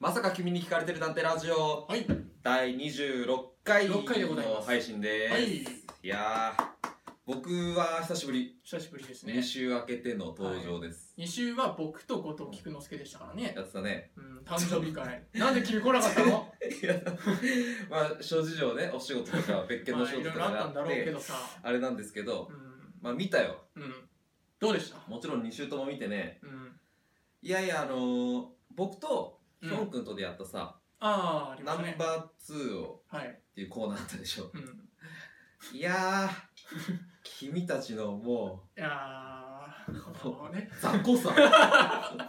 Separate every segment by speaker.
Speaker 1: まさか君に聞かれてるなんてラジオ
Speaker 2: はい。
Speaker 1: 第26回の
Speaker 2: 6回でございます
Speaker 1: 配信です、
Speaker 2: はい。
Speaker 1: いやー僕は久しぶり、
Speaker 2: 久しぶりです
Speaker 1: 2
Speaker 2: ね。
Speaker 1: 週明けての登場です、
Speaker 2: 二週は僕と後藤菊之助でしたからね。
Speaker 1: やってたね
Speaker 2: うん、誕生日会。なんで君来なかったの
Speaker 1: いやまあ諸事情ねお仕事と か別件
Speaker 2: ま
Speaker 1: の
Speaker 2: あ、
Speaker 1: 仕
Speaker 2: い
Speaker 1: 事
Speaker 2: ろい
Speaker 1: と
Speaker 2: ろあ
Speaker 1: か
Speaker 2: っ
Speaker 1: が
Speaker 2: た
Speaker 1: あ
Speaker 2: ん
Speaker 1: って、
Speaker 2: だろうけどさ。
Speaker 1: あれなんですけど
Speaker 2: うん。
Speaker 1: まあ見たよ
Speaker 2: うん。どうでした
Speaker 1: もちろん2週とも見てね
Speaker 2: うん。
Speaker 1: いやいやあのー僕とヒ
Speaker 2: うん
Speaker 1: ョン君とでやったさ、
Speaker 2: ああ、ありま
Speaker 1: ナ
Speaker 2: した
Speaker 1: ン
Speaker 2: ね。
Speaker 1: バー2を
Speaker 2: はい。
Speaker 1: っていうコーナーあったでしょ
Speaker 2: うん。い
Speaker 1: い やー君たちのも
Speaker 2: やー、このね
Speaker 1: う。雑魚さ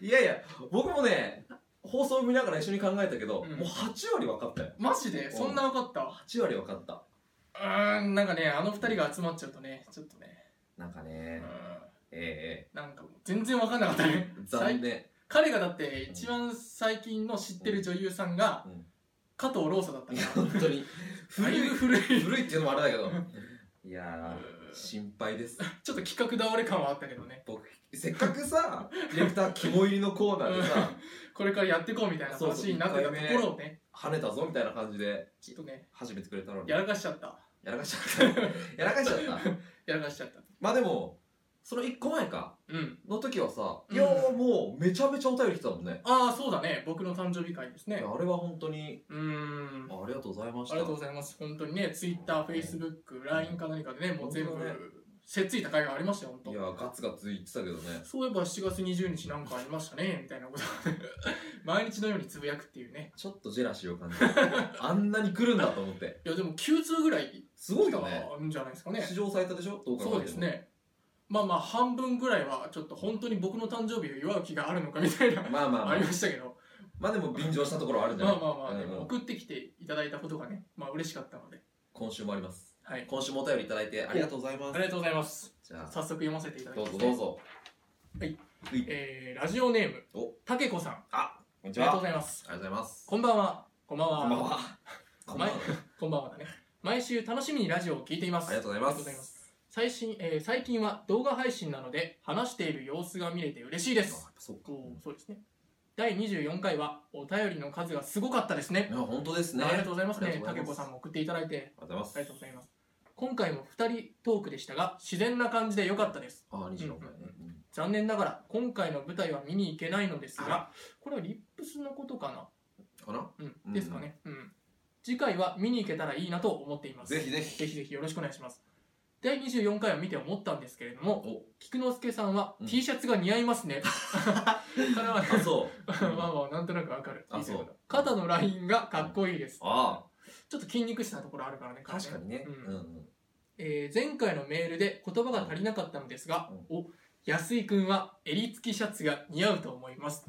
Speaker 1: いやいや僕もね放送を見ながら一緒に考えたけど、
Speaker 2: うん
Speaker 1: もう8割分かったよ
Speaker 2: マジでそんな分かった
Speaker 1: 8割分かった
Speaker 2: うーん、なんかね、あの二人が集まっちゃうとね、ちょっとね。
Speaker 1: なんか
Speaker 2: う
Speaker 1: ね
Speaker 2: ん。
Speaker 1: え
Speaker 2: なんかもう全然分かんなかったね
Speaker 1: え。残念
Speaker 2: 彼がだって一番最近の知ってる女優さんが
Speaker 1: うん
Speaker 2: 加藤ローサだった
Speaker 1: いや
Speaker 2: から
Speaker 1: 本当に
Speaker 2: だ
Speaker 1: 古
Speaker 2: い
Speaker 1: い
Speaker 2: ぶ古い
Speaker 1: 古いっていうのもあれだけ どいや
Speaker 2: う
Speaker 1: ー
Speaker 2: ん
Speaker 1: 心配です
Speaker 2: ちょっと企画倒れ感はあったけどね
Speaker 1: 僕せっかくさディレクター肝入りのコーナーで さ
Speaker 2: これからやっていこうみたいな
Speaker 1: そうそう
Speaker 2: 話になってたところをね
Speaker 1: 跳ねたぞみたいな感じで
Speaker 2: ちょっとね
Speaker 1: 始めてくれたのに
Speaker 2: やらかしちゃった
Speaker 1: やらかしちゃったやらかしちゃった
Speaker 2: やらかしちゃった
Speaker 1: まあでもその1個前か
Speaker 2: うん
Speaker 1: の時はさ、
Speaker 2: うん
Speaker 1: いやーもうめちゃめちゃお便り来たもんね、
Speaker 2: ああそうだね僕の誕生日会です
Speaker 1: い
Speaker 2: ね
Speaker 1: やあれは本当に
Speaker 2: うーん
Speaker 1: あありがとうございまし
Speaker 2: あ
Speaker 1: た
Speaker 2: りがとうございます本当にね TwitterFacebookLINE か何かでねもう全部
Speaker 1: 本当だね
Speaker 2: せっついた会がありましたよ本
Speaker 1: い
Speaker 2: 当
Speaker 1: やーガツガツ言ってたけどね
Speaker 2: そういえば7月20日なんかありましたねみたいなこと を毎日のようにつぶやくっていうね
Speaker 1: ちょっとジェラシーを感 じたあんなに来るんだと思って
Speaker 2: いやでも9通ぐらい
Speaker 1: すごいよね
Speaker 2: あるんじゃないですかね。
Speaker 1: 史上最多でしょどう考えて
Speaker 2: そ
Speaker 1: も
Speaker 2: うですね。まあまあ半分ぐらいはちょっと本当に僕の誕生日を祝う気があるのかみたいな、
Speaker 1: まあまあま
Speaker 2: あ
Speaker 1: あ
Speaker 2: りましたけど、
Speaker 1: まあでも便乗したところはあるんじゃ
Speaker 2: ま
Speaker 1: な
Speaker 2: あ
Speaker 1: い
Speaker 2: まあまあ、で
Speaker 1: うん
Speaker 2: も
Speaker 1: うん
Speaker 2: 送ってきていただいたことがね、まあ嬉しかったので、
Speaker 1: 今週もあります
Speaker 2: はい。
Speaker 1: 今週もお便りいただいてありがとうございま
Speaker 2: あ
Speaker 1: す
Speaker 2: りがとうございます。
Speaker 1: じゃ
Speaker 2: 早
Speaker 1: あ
Speaker 2: 速読ませていただき
Speaker 1: どう
Speaker 2: ま
Speaker 1: ぞ
Speaker 2: す、ね。
Speaker 1: どうぞ
Speaker 2: は
Speaker 1: は
Speaker 2: い
Speaker 1: いこ
Speaker 2: えー、ラジオネーム
Speaker 1: お、
Speaker 2: たけこさん。あ
Speaker 1: んにち
Speaker 2: りが
Speaker 1: は
Speaker 2: とう
Speaker 1: あ
Speaker 2: ご
Speaker 1: り
Speaker 2: ざいます。
Speaker 1: がとうございます
Speaker 2: こんばんは。こんばんは。
Speaker 1: こんばんはこんばんは
Speaker 2: こんばんはだね。毎週楽しみにラジオを聞いています。
Speaker 1: ありがとうございます
Speaker 2: ありがとうございます。最新、えー最近は動画配信なので、話している様子が見れて嬉しいで
Speaker 1: あや
Speaker 2: す。
Speaker 1: っぱそっか
Speaker 2: おーそうですね第24回はお便りの数がすごかったですね
Speaker 1: いや本当ですね
Speaker 2: ありがとうございます
Speaker 1: あ
Speaker 2: ね
Speaker 1: りが
Speaker 2: た
Speaker 1: と
Speaker 2: け
Speaker 1: うござい
Speaker 2: こ
Speaker 1: ます
Speaker 2: さんも送っていただいて
Speaker 1: ありがとうご
Speaker 2: あ
Speaker 1: ざ
Speaker 2: り
Speaker 1: い
Speaker 2: が
Speaker 1: ま
Speaker 2: とうご
Speaker 1: す
Speaker 2: ざいます今回も2人トークでしたが自然な感じで良かったです
Speaker 1: あ二26回ね
Speaker 2: 残念ながら今回の舞台は見に行けないのですがこれはリップスのことか
Speaker 1: かな
Speaker 2: な、う、
Speaker 1: うんん
Speaker 2: ですかね、うん、次回は見に行けたらいいなと思っています
Speaker 1: ぜひぜひ
Speaker 2: ぜひぜひよろしくお願いします第24回を見て思ったんですけれども
Speaker 1: お
Speaker 2: 菊之助さんは
Speaker 1: うん
Speaker 2: T シャツが似合います ね、 これはね
Speaker 1: あそう
Speaker 2: まあまあなんとなくわかる
Speaker 1: あそう
Speaker 2: いいこと肩のラインがかっこいいです
Speaker 1: あ
Speaker 2: ちょっと筋肉質なところあるからね
Speaker 1: あ確かにね
Speaker 2: う
Speaker 1: うんんうん
Speaker 2: えー前回のメールで言葉が足りなかったのですが、お安井くんは襟付きシャツが似合うと思います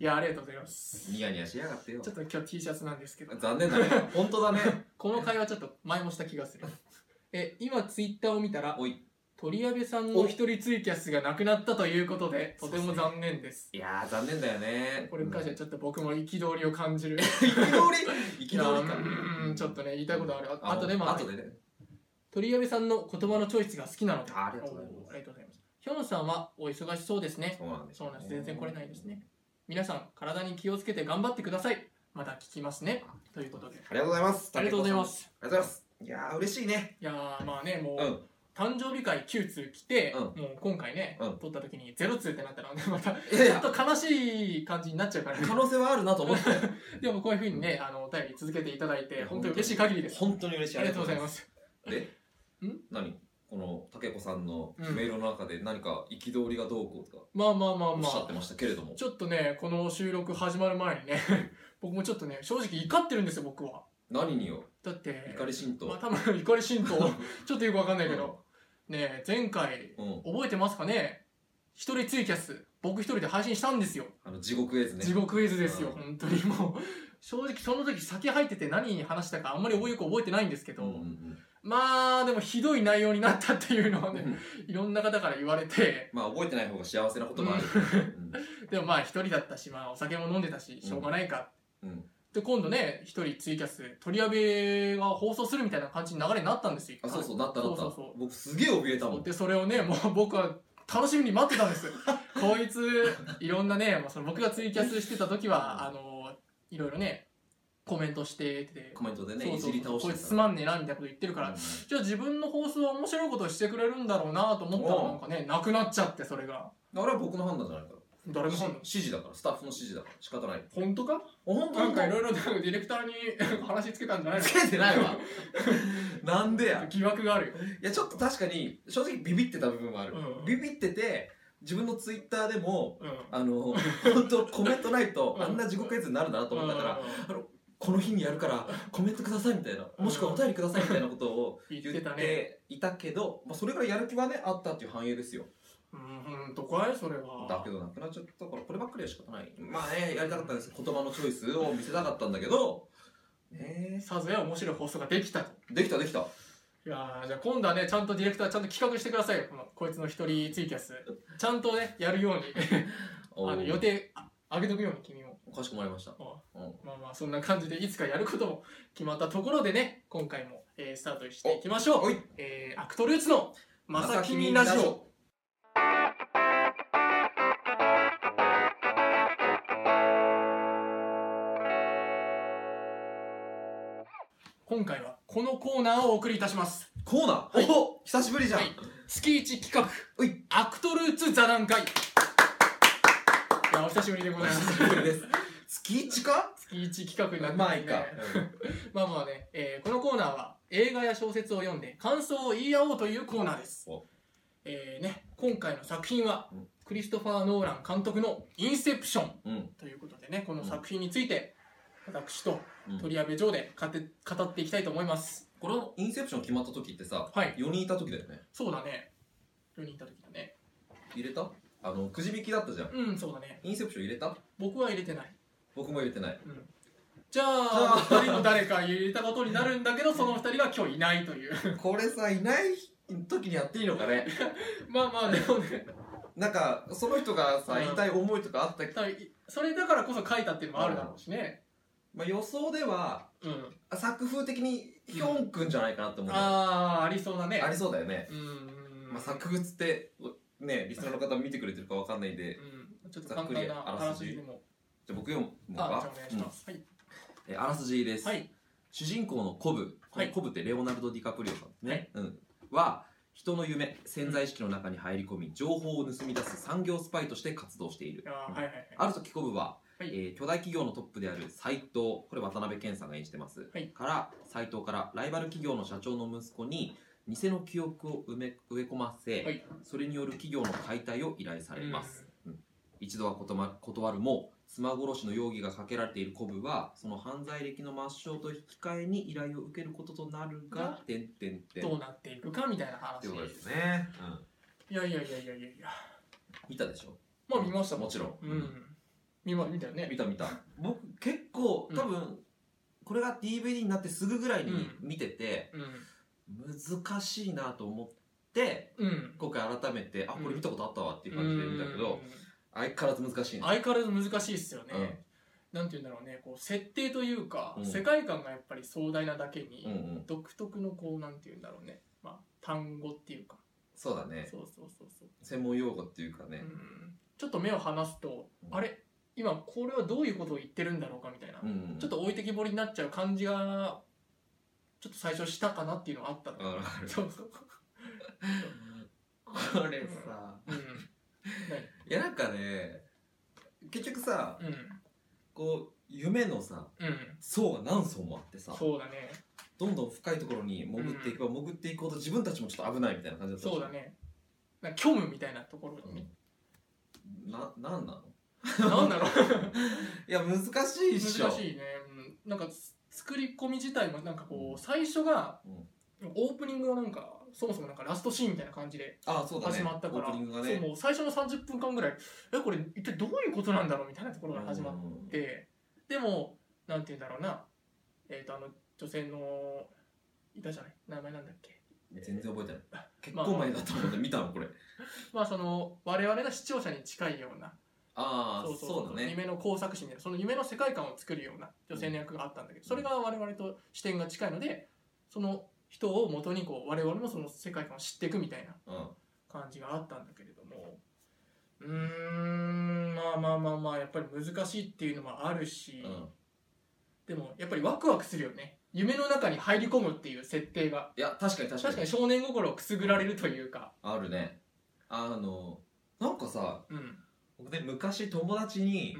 Speaker 2: いやありがとうございます
Speaker 1: ニヤニヤしやがってよ
Speaker 2: ちょっと今日 T シャツなんですけど
Speaker 1: 残念だね本当だね
Speaker 2: この会話ちょっと前もした気がするえ今ツイッターを見たら
Speaker 1: おい
Speaker 2: 鳥矢部さんの一人ツイキャスがなくなったということでと
Speaker 1: そう
Speaker 2: て
Speaker 1: ですね
Speaker 2: も残念です
Speaker 1: いやー残念だよね
Speaker 2: これに関してはちょっと僕も憤りを感じる
Speaker 1: 憤り憤
Speaker 2: い
Speaker 1: り
Speaker 2: や
Speaker 1: か
Speaker 2: うんちょっとね言いたいことあるあとでも
Speaker 1: あとでね
Speaker 2: 鳥谷部さんの言葉のチョイスが好きなので
Speaker 1: あありがとうございます
Speaker 2: おありがとうございますヒョンさんはお忙しそうですね
Speaker 1: そうなんです
Speaker 2: そうなんです全然来れないですね皆さん体に気をつけて頑張ってくださいまた聞きますねということで
Speaker 1: ありがとうございます
Speaker 2: ありがとうございます
Speaker 1: ありがとうございますいやー嬉しいね
Speaker 2: いやーまあねもう、
Speaker 1: うん
Speaker 2: 誕生日会9通来て、
Speaker 1: うん
Speaker 2: もう今回ね、
Speaker 1: うん
Speaker 2: 撮った時に0通ってなったらまた
Speaker 1: いやい
Speaker 2: ちょっ
Speaker 1: や
Speaker 2: と悲しい感じになっちゃうから、ね
Speaker 1: 可、能性はあるなと思って
Speaker 2: で もこういうふうにねあのお便り続けていただい
Speaker 1: い
Speaker 2: て
Speaker 1: や
Speaker 2: 本当に嬉しい限りです
Speaker 1: 本当に嬉しい
Speaker 2: ありがとうございますす
Speaker 1: で
Speaker 2: ん
Speaker 1: 何このたけこさんの
Speaker 2: うん
Speaker 1: メールの中で何か憤りがどうこうとか
Speaker 2: まあまあまあ
Speaker 1: おっ
Speaker 2: ま
Speaker 1: しゃ
Speaker 2: あ
Speaker 1: ってましたけれども
Speaker 2: ちょっとね、この収録始まる前にね、 僕もちょっとね、正直怒ってるんですよ、僕は。
Speaker 1: 何によ
Speaker 2: だって、
Speaker 1: 怒り神
Speaker 2: ま
Speaker 1: 道
Speaker 2: あ多分怒 り神道、ちょっとよくわかんないけど、ねえ、前回、
Speaker 1: うん
Speaker 2: 覚えてますかね一人ツイキャス、僕一人で配信したんですよ。
Speaker 1: あの地獄絵図ね
Speaker 2: 地獄絵図ですよ、
Speaker 1: うん
Speaker 2: 本当にもう。正直その時酒入ってて何に話したかあんまりよく覚えてないんですけど、
Speaker 1: うんうん
Speaker 2: まあでもひどい内容になったっていうのは
Speaker 1: う
Speaker 2: ね、
Speaker 1: ん
Speaker 2: いろんな方から言われて、
Speaker 1: まあ覚えてない方が幸せなこともある
Speaker 2: でもまあ一人だったし、まあお酒も飲んでたし、しょうがないか
Speaker 1: うんうん
Speaker 2: で今度ね一人ツイキャス取り上げが放送するみたいな感じの流れになったんですよ
Speaker 1: あそうそううなったなった
Speaker 2: そうそうそう
Speaker 1: 僕すげえ怯えたもん
Speaker 2: でそれをねもう僕は楽しみに待ってたんです こいついろんなね、まあ、その僕がツイキャスしてた時はあのいろいろねコメントしてて
Speaker 1: コメントでね
Speaker 2: そう
Speaker 1: い
Speaker 2: そう
Speaker 1: じり倒して
Speaker 2: こい
Speaker 1: た
Speaker 2: つつまんねえなみたいなこと言ってるから、
Speaker 1: うん
Speaker 2: じゃあ自分の放送は面白いことをしてくれるんだろうなと思ったら
Speaker 1: おう
Speaker 2: なんかねなくなっちゃってそれが
Speaker 1: あれは僕の判断じゃないから
Speaker 2: 誰も
Speaker 1: し
Speaker 2: 本
Speaker 1: 指示だからスタッフの指示だから仕方ない
Speaker 2: 本当か
Speaker 1: 本
Speaker 2: なんかい
Speaker 1: いろ
Speaker 2: ろいろなんかディレクターに 話つけたんじゃないの
Speaker 1: つけてないわ なんでや
Speaker 2: 疑惑があるよ
Speaker 1: いやちょっと確かに正直ビビってた部分もある、
Speaker 2: うん
Speaker 1: ビビってて自分のツイッターでも
Speaker 2: うん
Speaker 1: あの本当コメントないと
Speaker 2: うん
Speaker 1: あんな地獄絵図になるなと思ったから、
Speaker 2: うん
Speaker 1: この日にやるからコメントくださいみたいなもしくはお便りくださいみたいなことを
Speaker 2: 言っ
Speaker 1: 言
Speaker 2: てた
Speaker 1: っ
Speaker 2: ね
Speaker 1: ていたけど、まあ、それからやる気はねあったっていう反映ですよ
Speaker 2: うんうんとかいそれは
Speaker 1: だけどなくなっちゃったからこればっかりは仕方ないまあねやりたかったんです言葉のチョイスを見せたかったんだけどね
Speaker 2: さぞや面白い放送ができたと
Speaker 1: えできたできた
Speaker 2: いやーじゃあ今度はねちゃんとディレクターちゃんと企画してくださいよこのこいつの一人ツイキャスちゃんとねや るようにあの予定あ上げとくように君も
Speaker 1: おかしこまりました
Speaker 2: お
Speaker 1: うん
Speaker 2: まあまあそんな感じでいつかやることも決まったところでね今回も、えースタートしていきましょう
Speaker 1: おい
Speaker 2: えーアクトルーツの「まさきみラジオ」今回はこのコーナーをお送りいたします
Speaker 1: コーナー、お久しぶりじゃん、
Speaker 2: はい月一企画
Speaker 1: うい
Speaker 2: アクトルーツ座談会いやお久しぶりでございます
Speaker 1: 久しぶりです月一か
Speaker 2: 月一企画になって
Speaker 1: ま
Speaker 2: ま
Speaker 1: あ
Speaker 2: す
Speaker 1: いい
Speaker 2: ね
Speaker 1: か、
Speaker 2: まあまあね、えーこのコーナーは映画や小説を読んで感想を言い合おうというコーナーです
Speaker 1: お
Speaker 2: えーね今回の作品は
Speaker 1: うん
Speaker 2: クリストファー・ノーラン監督の「インセプション
Speaker 1: うん、」
Speaker 2: ということでねこの作品について私と
Speaker 1: うん
Speaker 2: 鳥矢部城で語って語っていきたいと思います
Speaker 1: これのインセプション決まった時ってさ
Speaker 2: はい
Speaker 1: 4人いた時だよね
Speaker 2: そうだね4人いた時だね
Speaker 1: 入れたあのくじ引きだったじゃん
Speaker 2: うんそうだね
Speaker 1: インセプション入れた
Speaker 2: 僕は入れてない
Speaker 1: 僕も入れてない
Speaker 2: うんじゃあ2人の誰か入れたことになるんだけどその2人が今日いないという
Speaker 1: これさいない時にやっていいのかね
Speaker 2: まあまあでもね
Speaker 1: なんかその人がさ
Speaker 2: うん
Speaker 1: 言いたい思いとかあったけど、
Speaker 2: 多分いそれだからこそ書いたっていうのもあるだろうしね
Speaker 1: まあ、予想では
Speaker 2: うん
Speaker 1: 作風的にヒョンくんじゃないかなと思う、
Speaker 2: ああーありそうだね
Speaker 1: ありそうだよね、
Speaker 2: うんうんうん
Speaker 1: まあ、作風ってねリスナーの方見てくれてるかわかんないんで
Speaker 2: うんちょっと簡単
Speaker 1: ざ
Speaker 2: な
Speaker 1: っくりあ
Speaker 2: あ
Speaker 1: ら
Speaker 2: ら
Speaker 1: す
Speaker 2: す
Speaker 1: じ
Speaker 2: じでも
Speaker 1: じゃあ僕読むの
Speaker 2: あじゃ
Speaker 1: か
Speaker 2: あお願いしますはい
Speaker 1: うんえあらすじです、
Speaker 2: はい
Speaker 1: 主人公のコブ、この
Speaker 2: はい
Speaker 1: コブってレオナルド・ディカプリオさんですね、うん、は人の夢潜在意識の中に入り込み情報を盗み出す産業スパイとして活動している
Speaker 2: あーはいはいはい
Speaker 1: ある時コブは、
Speaker 2: はい
Speaker 1: えー巨大企業のトップである斎藤これ渡辺謙さんが演じてます、
Speaker 2: はい
Speaker 1: から斎藤からライバル企業の社長の息子に偽の記憶を埋め植え込ませ、
Speaker 2: はい
Speaker 1: それによる企業の解体を依頼されます、一度は断ま断るも妻殺しの容疑がかけられているコブはその犯罪歴の抹消と引き換えに依頼を受けることとなるが
Speaker 2: が、
Speaker 1: てんてんてん。
Speaker 2: どうなっていくかみたいな話
Speaker 1: ってことですね。うん、
Speaker 2: いやいやいやいやいやいや
Speaker 1: 見たでしょ
Speaker 2: まあ見ました
Speaker 1: もちろん。
Speaker 2: うん見ま見たよね
Speaker 1: 見た見た。僕結構多分、これが DVD になってすぐぐらいに
Speaker 2: うん
Speaker 1: 見てて、
Speaker 2: うん
Speaker 1: 難しいなと思って
Speaker 2: うん
Speaker 1: 今回改めてあこれ見たことあったわっていう
Speaker 2: う
Speaker 1: 感じで見たけど、
Speaker 2: ん
Speaker 1: 相変わらず難しいね。
Speaker 2: 相変わらず難しいっすよね、
Speaker 1: うん
Speaker 2: なんて言うんだろうねこう設定というか、
Speaker 1: うん
Speaker 2: 世界観がやっぱり壮大なだけに、
Speaker 1: うんうん、
Speaker 2: 独特のこうなんて言うんだろうね、まあ、単語っていうか、
Speaker 1: そうだね
Speaker 2: そうそうそうそう、
Speaker 1: 専門用語っていうかね
Speaker 2: う、んちょっと目を離すと、
Speaker 1: うん
Speaker 2: あれ今これはどういうことを言ってるんだろうかみたいな、
Speaker 1: うんうん
Speaker 2: ちょっと置いてきぼりになっちゃう感じがちょっと最初したかなっていうのはあったの、
Speaker 1: あわかる
Speaker 2: そうそう、
Speaker 1: これさ
Speaker 2: うん
Speaker 1: いやなんかね結局さ
Speaker 2: うん
Speaker 1: こう夢のさ
Speaker 2: うん、
Speaker 1: 層が何層もあってさ
Speaker 2: そうだね
Speaker 1: どんどん深いところに潜っていけば潜っていくほど自分たちもちょっと危ないみたいな感じだったでしょ
Speaker 2: そうだねなんか虚無みたいなところに、
Speaker 1: うんななんなの
Speaker 2: なんだろう
Speaker 1: いや難しいっしょ
Speaker 2: 難しいね、うん、なんかつ作り込み自体もなんかこう最初がオープニングがなんかそもそもなんかラストシーンみたいな感じで
Speaker 1: あそうだね
Speaker 2: 始まったから、
Speaker 1: オープニングが
Speaker 2: そう
Speaker 1: ね
Speaker 2: もう最初の30分間ぐらいえこれ一体どういうことなんだろうみたいなところから始まっ
Speaker 1: うん
Speaker 2: て、でもなんて言うんだろうなえっ、とあの女性のいたじゃない名前なんだっけ
Speaker 1: 全然覚えてない結構前だと思うんで見たのこれ
Speaker 2: まあその我々が視聴者に近いような
Speaker 1: ああ
Speaker 2: そうそう
Speaker 1: そうだね
Speaker 2: 夢の工作師みたいなその夢の世界観を作るような女性の役があったんだけど、それが我々と視点が近いのでその人を元にこう我々もその世界観を知っていくみたいな
Speaker 1: うん
Speaker 2: 感じがあったんだけれどもうーんまあまあまあまあやっぱり難しいっていうのもあるし、
Speaker 1: うん、
Speaker 2: でもやっぱりワクワクするよね夢の中に入り込むっていう設定が
Speaker 1: いや確かに確か
Speaker 2: 確
Speaker 1: に
Speaker 2: かに少年心をくすぐられるというか
Speaker 1: あるねあのなんかさ
Speaker 2: うん
Speaker 1: 僕ね昔友達
Speaker 2: う
Speaker 1: に
Speaker 2: ん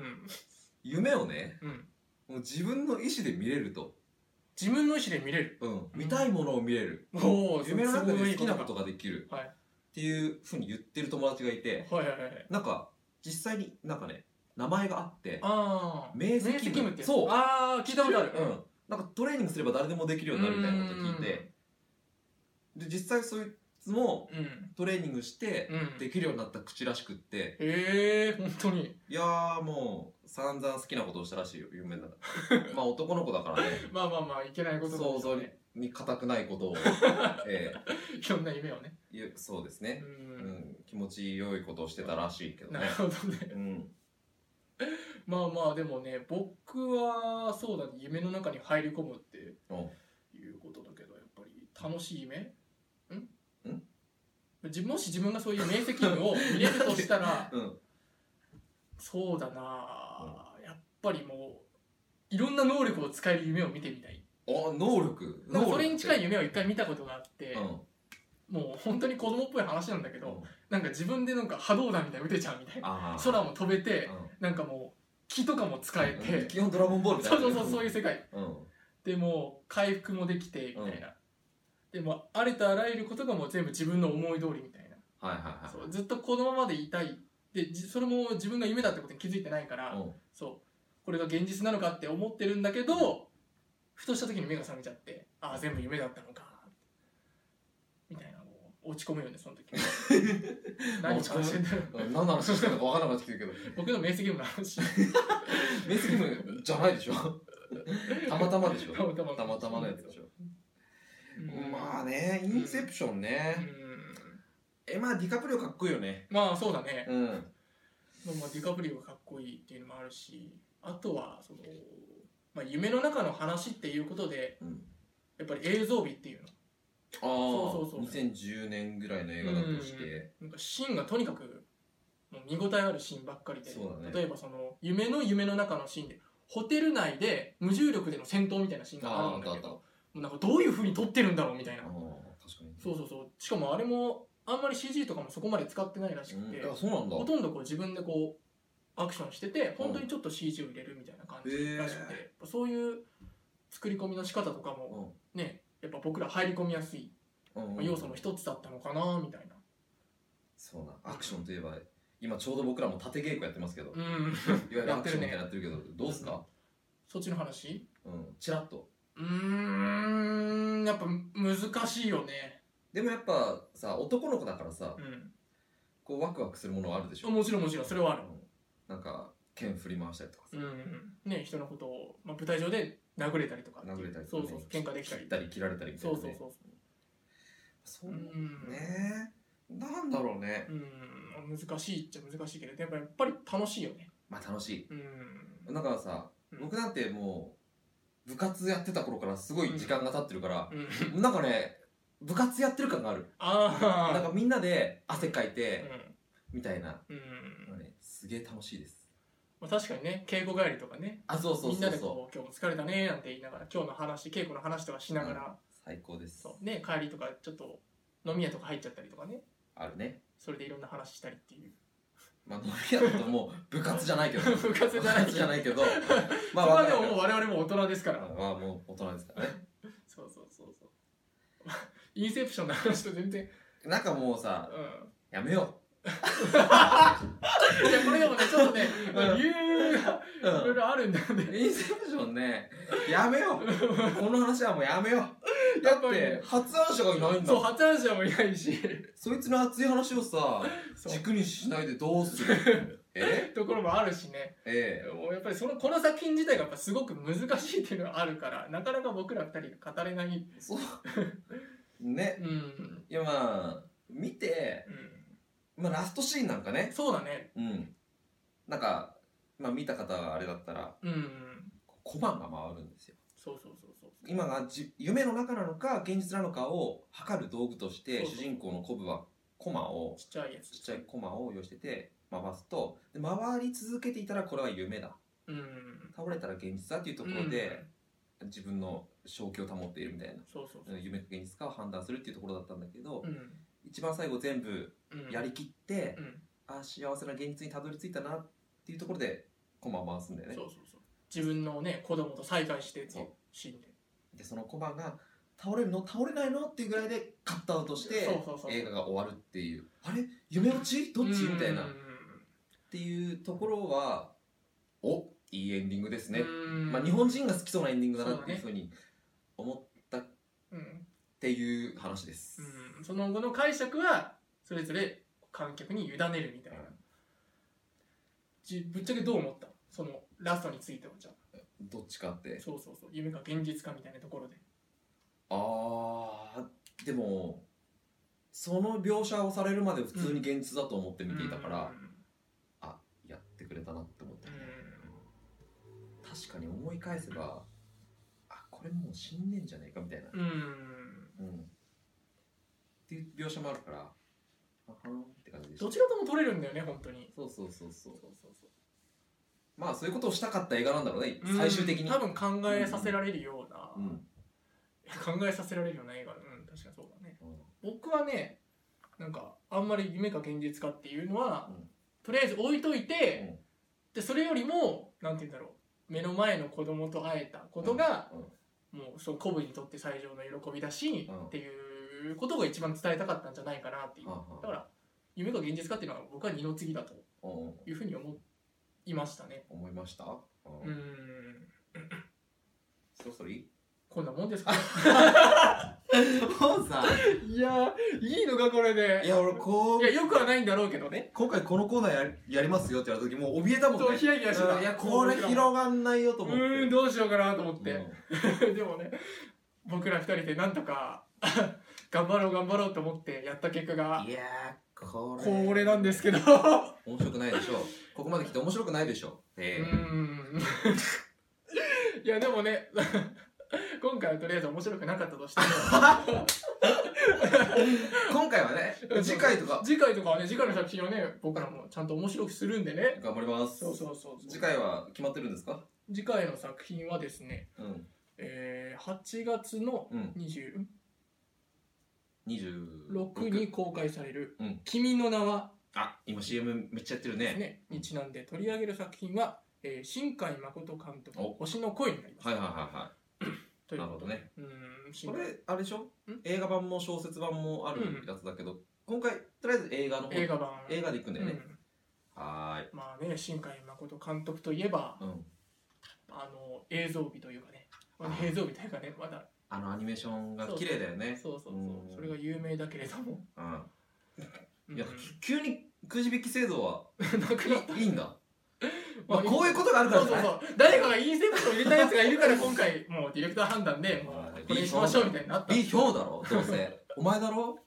Speaker 1: 夢をね
Speaker 2: うん
Speaker 1: もう自分の意思で見れると、
Speaker 2: 自分の意思で見れる
Speaker 1: うん、見たいものを見れる、
Speaker 2: おお
Speaker 1: 夢の中で好きなこ
Speaker 2: は
Speaker 1: とができる
Speaker 2: はい
Speaker 1: っていうふうに言ってる友達がいて
Speaker 2: いはいはいはい
Speaker 1: なんか実際になんかね名前があって
Speaker 2: ああ
Speaker 1: 明晰夢
Speaker 2: って
Speaker 1: そう
Speaker 2: ああ聞いたことある
Speaker 1: うん、なんかトレーニングすれば誰でもできるようになるみたいなことを聞いてで実際そいつも
Speaker 2: うんうん
Speaker 1: トレーニングして
Speaker 2: うん
Speaker 1: できるようになった口らしくって
Speaker 2: へえ本当に
Speaker 1: いやーもう散々好きなことをしたらしいよ夢の中 でまあ男の子だからね
Speaker 2: まあまあまあいけないこと
Speaker 1: 想像
Speaker 2: だ
Speaker 1: に
Speaker 2: ね
Speaker 1: に固くないことを、え
Speaker 2: いろんな夢をね
Speaker 1: えいうそうです
Speaker 2: う
Speaker 1: ね、うんん、気持ち良いことをしてたらしいけど
Speaker 2: な
Speaker 1: ね
Speaker 2: るほどね
Speaker 1: うん
Speaker 2: まあまあでもね僕はそうだね夢の中に入り込むって
Speaker 1: お
Speaker 2: いうことだけどやっぱり楽しい夢ん
Speaker 1: ん
Speaker 2: 自もし自分がそういう明晰夢を見れるとしたら
Speaker 1: うん
Speaker 2: そうだなあ、やっぱりもういろんな能力を使える夢を見てみたい
Speaker 1: お能力
Speaker 2: なんかそれに近い
Speaker 1: よ、
Speaker 2: 夢を一回見たことがあって、
Speaker 1: うん
Speaker 2: もう本当に子供っぽい話なんだけど、なんか自分でなんか波動弾みたいなの打てちゃうみたいな
Speaker 1: あー
Speaker 2: 空も飛べて、
Speaker 1: うん
Speaker 2: なんかもう木とかも使えて、
Speaker 1: 基本ドラゴンボールみた
Speaker 2: そ
Speaker 1: いうな
Speaker 2: そうそうそういう世界
Speaker 1: うん
Speaker 2: でもう回復もできてみたいな、でもありとあらゆることがもう全部自分の思い通りみたいな、
Speaker 1: はいはいはい
Speaker 2: そうずっとこのままでいたいでじそれも自分が夢だってことに気づいてないから、
Speaker 1: うん
Speaker 2: そうこれが現実なのかって思ってるんだけどふとした時に目が覚めちゃってああ全部夢だったのかみたいなもう落ち込むよねそ の時何を話してんだろう
Speaker 1: うん何の話してるのか分からなくなってきてるけ
Speaker 2: 僕の明晰夢の話
Speaker 1: ど明晰夢じゃないで しょたまたまでしょ
Speaker 2: たまたま
Speaker 1: たまたまのやつでしょ
Speaker 2: うん
Speaker 1: まあねインセプション
Speaker 2: う
Speaker 1: ね
Speaker 2: ん
Speaker 1: えまあディカプリオかっこいいよね
Speaker 2: まあそうだね、
Speaker 1: うん
Speaker 2: まあまあ、ディカプリオがかっこいいっていうのもあるしあとはその、まあ、夢の中の話っていうことで
Speaker 1: うん
Speaker 2: やっぱり映像美っていう
Speaker 1: あ
Speaker 2: の
Speaker 1: あ
Speaker 2: そうそうそう
Speaker 1: 2010年ぐらいの映画だとして
Speaker 2: なんかシーンがとにかくもう見応えあるシーンばっかりで、
Speaker 1: そうだね
Speaker 2: 例えばその夢の夢の中のシーンでホテル内で無重力での戦闘みたいなシーンがあるんだ
Speaker 1: あああ
Speaker 2: け
Speaker 1: ったあ
Speaker 2: どもうなんかどういうふうに撮ってるんだろうみたい
Speaker 1: あ
Speaker 2: な
Speaker 1: あ確かに
Speaker 2: そうそうそうしかもあれもあんまり CG とかもそこまで使ってないらしく
Speaker 1: うん
Speaker 2: て、
Speaker 1: あそうなんだ
Speaker 2: ほとんどこう自分でこうアクションしてて本当にちょっと CG を入れるみたいな感じらしくて、
Speaker 1: へ
Speaker 2: そういう作り込みの仕方とかもねやっぱ僕ら入り込みやすい
Speaker 1: うん
Speaker 2: まあ要素の一つだったのかなみたいな
Speaker 1: そうなアクションといえば今ちょうど僕らも縦稽古やってますけどいわ
Speaker 2: うん
Speaker 1: ゆるアクションみたいな
Speaker 2: や
Speaker 1: やってるけどどうすか
Speaker 2: そっちの話
Speaker 1: うんチラッと
Speaker 2: うーんやっぱ難しいよね
Speaker 1: でもやっぱさ男の子だからさ
Speaker 2: う
Speaker 1: こうワクワクするものはあるでしょ
Speaker 2: んもちろんもちろんそれはある
Speaker 1: うんなんか剣振り回したりとかさ
Speaker 2: うんね人のことを、まあ、舞台上で殴れたりとかっていう
Speaker 1: 殴れたりと
Speaker 2: そう
Speaker 1: か
Speaker 2: そう
Speaker 1: ね
Speaker 2: そう喧嘩できた
Speaker 1: 切
Speaker 2: り
Speaker 1: ったり切られたりみたい
Speaker 2: そ
Speaker 1: な
Speaker 2: うそう
Speaker 1: ね
Speaker 2: そ
Speaker 1: そ
Speaker 2: う
Speaker 1: ううんねなんだろうね
Speaker 2: うん難しいっちゃ難しいけどでもやっぱり楽しいよね
Speaker 1: まあ楽しい
Speaker 2: うん
Speaker 1: だからさ
Speaker 2: うん
Speaker 1: 僕なんてもう部活やってた頃からすごい時間が経ってるから、
Speaker 2: うん
Speaker 1: なんかね部活やってる感がある
Speaker 2: ああ
Speaker 1: なんかみんなで汗かいうて
Speaker 2: ん
Speaker 1: みたいな、
Speaker 2: うん
Speaker 1: ね、すげえ楽しいです
Speaker 2: まあ確かにね稽古帰りとかね
Speaker 1: あそうそう
Speaker 2: みん
Speaker 1: そ
Speaker 2: な
Speaker 1: う
Speaker 2: で
Speaker 1: そ
Speaker 2: こう今日も疲れたねなんて言いながら今日の話稽古の話とかしながら、
Speaker 1: う最高です
Speaker 2: そうね帰りとかちょっと飲み屋とか入っちゃったりとかね
Speaker 1: あるね
Speaker 2: それでいろんな話したりっていう
Speaker 1: まあ飲み屋だともう部活じゃないけど
Speaker 2: 部活じゃないけど
Speaker 1: 部活じゃないけどま
Speaker 2: ま
Speaker 1: あわ
Speaker 2: あ、そこはで
Speaker 1: か
Speaker 2: も
Speaker 1: る
Speaker 2: もう我々も大人ですから、
Speaker 1: まあもう大人ですからね
Speaker 2: そうそうそうそう インセプションの話と全然
Speaker 1: なんかもう
Speaker 2: う
Speaker 1: さ
Speaker 2: ん
Speaker 1: やめよ
Speaker 2: いやこれでもねちょっとね、
Speaker 1: うん
Speaker 2: 理由が
Speaker 1: う、
Speaker 2: いろいろあるんだよね
Speaker 1: インセプションねやめようこの話はもうやめようだって発案者がいないんだ
Speaker 2: そ
Speaker 1: も
Speaker 2: うん発案者もいないし
Speaker 1: そいつの熱い話をさ
Speaker 2: そう
Speaker 1: 軸にしないでどうするえ
Speaker 2: ところもあるしね
Speaker 1: ええ
Speaker 2: もうやっぱりそのこの作品自体がやっぱすごく難しいっていうのがあるからなかなか僕ら二人が語れない
Speaker 1: そうね
Speaker 2: うん、うん
Speaker 1: いやまあ見て、まあ、ラストシーンなんかね
Speaker 2: そうだね
Speaker 1: うんなんか、まあ、見た方があれだったら
Speaker 2: うん
Speaker 1: 小判が回るんですよ
Speaker 2: そうそうそうそう
Speaker 1: 今がじ夢の中なのか現実なのかを測る道具として
Speaker 2: そうそう
Speaker 1: 主人公のコブはコマを
Speaker 2: ちっちゃいやつ
Speaker 1: ちっちゃいコマを用意してて回すとで回り続けていたらこれは夢だ
Speaker 2: うん
Speaker 1: 倒れたら現実だっていうところで、自分の正気を保っているみたいな
Speaker 2: うん、そうそうそう
Speaker 1: 夢か現実かを判断するっていうところだったんだけど、
Speaker 2: うん
Speaker 1: 一番最後全部
Speaker 2: うん
Speaker 1: やりきって
Speaker 2: う、ん
Speaker 1: あ幸せな現実にたどり着いたなっていうところでコマを回すんだよね
Speaker 2: そうそうそう自分のね子供と再会してってい
Speaker 1: そう
Speaker 2: うシーンで
Speaker 1: でそのコマが倒れるの倒れないのっていうぐらいでカットアウトして
Speaker 2: そうそうそう
Speaker 1: 映画が終わるっていうあれ夢落ちどっちみたいなっ
Speaker 2: うん
Speaker 1: ていうところはおいいエンディングですね、
Speaker 2: うん
Speaker 1: まあ、日本人が好きそうなエンディングだなっていう
Speaker 2: そ
Speaker 1: ふうに思ったっ
Speaker 2: うん
Speaker 1: ていう話です、
Speaker 2: うんその後の解釈はそれぞれ観客に委ねるみたいなじぶっちゃけどう思ったそのラストについてはじゃあ
Speaker 1: どっちかって
Speaker 2: そうそうそう夢か現実かみたいなところで
Speaker 1: あーでもその描写をされるまで普通に現実だと思って見ていたから、あやってくれたなって思った
Speaker 2: うん、
Speaker 1: 確かに思い返せばあこれもう死んでんじゃねえかみたいな、
Speaker 2: うんうん
Speaker 1: うんっていう描写もあるからあはーんって感じでした
Speaker 2: どちらとも取れるんだよね本当に
Speaker 1: そうそうそうそう
Speaker 2: そうそうそう
Speaker 1: まあそういうことをしたかった映画なんだろうね最終的に
Speaker 2: 多分考えさせられるような、
Speaker 1: うん、
Speaker 2: 考えさせられるような映画うん確かにそうだね
Speaker 1: うん
Speaker 2: 僕はねなんかあんまり夢か現実かっていうのは、
Speaker 1: うん
Speaker 2: とりあえず置いといて、
Speaker 1: うん
Speaker 2: でそれよりもなんて言うんだろう目の前の子供と会えたことが、もうそのコブにとって最上の喜びだし、
Speaker 1: うん
Speaker 2: っていうことが一番伝えたかったんじゃないかなっていう、
Speaker 1: はあはあ
Speaker 2: だから夢か現実かっていうのは僕は二の次だと
Speaker 1: うんうん
Speaker 2: いうふうに思いましたね
Speaker 1: 思いました、うん
Speaker 2: うん
Speaker 1: そろそろ いい
Speaker 2: こんなもんですか
Speaker 1: そうさ
Speaker 2: いやーいいのかこれで
Speaker 1: いや俺こう
Speaker 2: いやよくはないんだろうけどね
Speaker 1: ね今回このコーナーややりますよって言われた時もう怯えたもん
Speaker 2: そう
Speaker 1: ね
Speaker 2: ヒヤヒヤしてた、
Speaker 1: うんいやこれ広がんないよと
Speaker 2: う
Speaker 1: 思って
Speaker 2: ーんどうしようかなと思って、
Speaker 1: うん
Speaker 2: でもね僕ら二人でなんとか 頑張ろう頑張ろうと思ってやった結果が
Speaker 1: いやーこれ
Speaker 2: これなんですけどう
Speaker 1: 面白くないでしょここまで来て面白くないでしょえ
Speaker 2: ーん いやでもね 今回はとりあえず面白くなかったとして も
Speaker 1: ー 今回はね次回とか
Speaker 2: 次回とかはね次回の作品をね僕らもちゃんと面白くするんでね
Speaker 1: 頑張ります
Speaker 2: そうそうそうそう
Speaker 1: 次回は決まってるんですか
Speaker 2: 次回の作品はですね、
Speaker 1: うん
Speaker 2: えー、8月の
Speaker 1: うん
Speaker 2: 26
Speaker 1: 26
Speaker 2: に公開される
Speaker 1: うん
Speaker 2: 「君の名は
Speaker 1: あ今 CM めっちゃやってる
Speaker 2: です
Speaker 1: ね
Speaker 2: ね、にちなんで取り上げる作品は、えー新海誠監督の
Speaker 1: お
Speaker 2: 星の声になります。
Speaker 1: はいはいはいは
Speaker 2: ということで
Speaker 1: なる
Speaker 2: うーん、
Speaker 1: い
Speaker 2: 新
Speaker 1: こ
Speaker 2: 海
Speaker 1: れあれでしょ映画版も小説版もあるやつだけど、今回とりあえず映画の方
Speaker 2: 映画版。
Speaker 1: 映画でいくんだよね、
Speaker 2: うん
Speaker 1: はーい
Speaker 2: まあね、新海誠監督といえば、
Speaker 1: うん
Speaker 2: あの映像美というかね、ま
Speaker 1: あ
Speaker 2: あ、映像美というかね、まだ、
Speaker 1: あのアニメーションが綺麗だよね
Speaker 2: そうそう
Speaker 1: う
Speaker 2: そ
Speaker 1: ん
Speaker 2: う、それが有名だけれども、
Speaker 1: うん
Speaker 2: うん
Speaker 1: いや急にくじ引き制度は
Speaker 2: なくなった。
Speaker 1: いいんだ、ま
Speaker 2: ま
Speaker 1: あ、
Speaker 2: あ
Speaker 1: こういうことがあるか
Speaker 2: そ
Speaker 1: ら
Speaker 2: う
Speaker 1: じゃな
Speaker 2: そう
Speaker 1: い
Speaker 2: そう誰かがいいセクションを入れたやつがいるから今回もうディレクター判断でもうこれにしましょうみたいになった
Speaker 1: いいひょうだろどう せお前だろ
Speaker 2: こ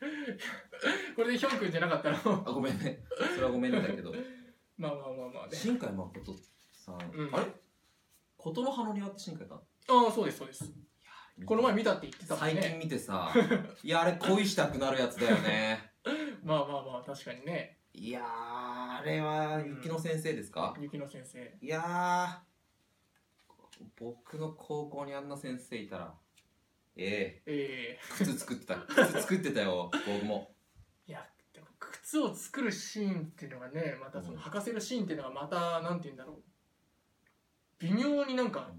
Speaker 2: れでヒョン君じゃなかったらもう
Speaker 1: あごめんねそれはごめんねだけ ど
Speaker 2: まあまあまあまあね
Speaker 1: 新海誠さん、
Speaker 2: うん
Speaker 1: あれ言葉葉の庭って新海か
Speaker 2: ああそうですそうですこの前見たって言ってたもん
Speaker 1: 最
Speaker 2: ね
Speaker 1: 近見てさいやあれ恋したくなるやつだよ ね
Speaker 2: まあまあまあ確かにね
Speaker 1: いやーあれは雪乃先生ですか、
Speaker 2: 雪乃先生
Speaker 1: いやー僕の高校にあんな先生いたらええ
Speaker 2: ええ
Speaker 1: 靴作ってた靴作ってたよ僕も
Speaker 2: いやでも靴を作るシーンっていうのがねまたその履かせるシーンっていうのがまたなんて言うんだろう微妙になんか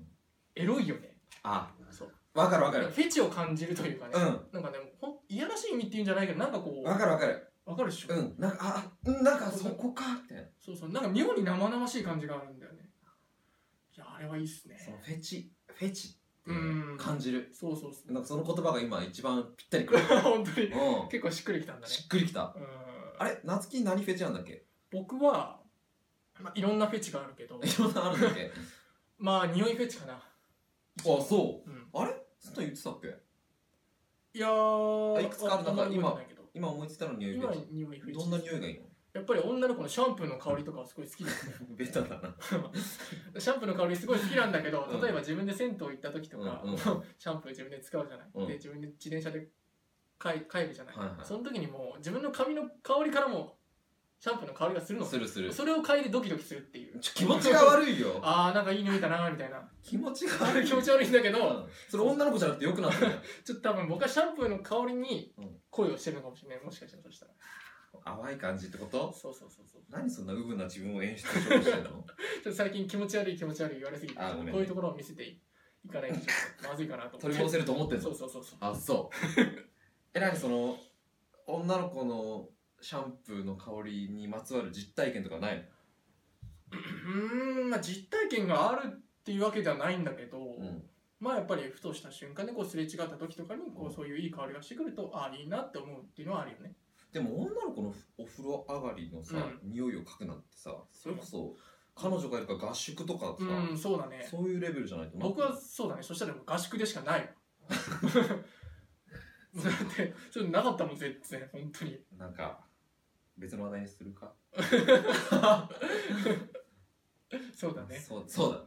Speaker 2: エロいよね
Speaker 1: あ
Speaker 2: そう
Speaker 1: わかるわか
Speaker 2: フ
Speaker 1: る
Speaker 2: ェチを感じるというかね、
Speaker 1: うん
Speaker 2: なんかねほんいやらしい意味っていうんじゃないけどなんかこ
Speaker 1: わかるわかる
Speaker 2: うわかるでしょ、
Speaker 1: うんなんかあうんなんかそこかみたいな
Speaker 2: そうそうなんか妙に生々しい感じがあるんだよねいやあれはいいっすね
Speaker 1: そのフェチフェチって
Speaker 2: うん
Speaker 1: 感じる
Speaker 2: そうそうそう
Speaker 1: なんかその言葉が今一番ぴったり くる
Speaker 2: 本当に
Speaker 1: う
Speaker 2: 結構しっくりきたん
Speaker 1: ん
Speaker 2: だね
Speaker 1: しっくりきた
Speaker 2: うん
Speaker 1: あれ夏希何フェチなんだっけ
Speaker 2: 僕は、まあ、いろんなフェチがある けど
Speaker 1: いろんなのあるんだっけ
Speaker 2: まあ匂いフェチかな、
Speaker 1: あそう
Speaker 2: うん、
Speaker 1: あれずっと言ってたっけ
Speaker 2: いやー
Speaker 1: あいくつかある中
Speaker 2: んまり覚えてないけど
Speaker 1: 今思いついたの匂いフ
Speaker 2: 今
Speaker 1: ェチ
Speaker 2: 匂いフェチ
Speaker 1: どんな匂いがいいの
Speaker 2: やっぱり女の子のシャンプーの香りとかはすごい好きですね
Speaker 1: ベタだな
Speaker 2: シャンプーの香りすごい好きなんだけど
Speaker 1: うん
Speaker 2: 例えば自分で銭湯行った時とか、
Speaker 1: うんうん
Speaker 2: シャンプー自分で使うじゃない、
Speaker 1: うん
Speaker 2: で自分で自転車でかい帰るじゃない,、
Speaker 1: はいはい
Speaker 2: その時にもう自分の髪の香りからもシャンプーの香りがするの
Speaker 1: するする
Speaker 2: それを嗅いでドキドキするっていう
Speaker 1: ちょ気持ちが悪いよ
Speaker 2: あーなんかいい匂いだなみたいな
Speaker 1: 気持ちが
Speaker 2: あ
Speaker 1: 悪
Speaker 2: れ
Speaker 1: い
Speaker 2: 気持ち悪いんだけ
Speaker 1: う
Speaker 2: ど
Speaker 1: んそれ女の子じゃなくてよくなってるよ
Speaker 2: ちょっと多分僕はシャンプーの香りに
Speaker 1: うん
Speaker 2: 恋をしてるのかもしれないもしかしたらそしたら
Speaker 1: 淡い感じってこと
Speaker 2: そうそうそうそう
Speaker 1: 何そんなウブな自分を演出しようとしてんの
Speaker 2: ちょっと最近気持ち悪い気持ち悪い言われすぎて
Speaker 1: あごめんね
Speaker 2: こういうところを見せていかないとちょっとまずいかなと思って
Speaker 1: 取り戻せると思ってん
Speaker 2: そう
Speaker 1: の
Speaker 2: そうそうそう
Speaker 1: あそう え何その女の子のシャンプーの香りにまつわる実体験とかないの
Speaker 2: うーんまあ実体験があるっていうわけではないんだけど、
Speaker 1: うん
Speaker 2: まあやっぱりふとした瞬間でこうすれ違った時とかに
Speaker 1: う
Speaker 2: こ
Speaker 1: ん
Speaker 2: うそういういい香りがしてくるとああいいなって思うっていうのはあるよね
Speaker 1: でも女の子のお風呂上がりのさ、
Speaker 2: う
Speaker 1: 匂いを嗅くなんてさそれこそ彼女がいるから合宿とかさ、
Speaker 2: うんそうだね
Speaker 1: そういうレベルじゃないとな
Speaker 2: 僕はそうだねそしたらもう合宿でしか ないわだってそれなかったもん全然本当に
Speaker 1: なんか別の話題にするか
Speaker 2: そうだね
Speaker 1: そうそう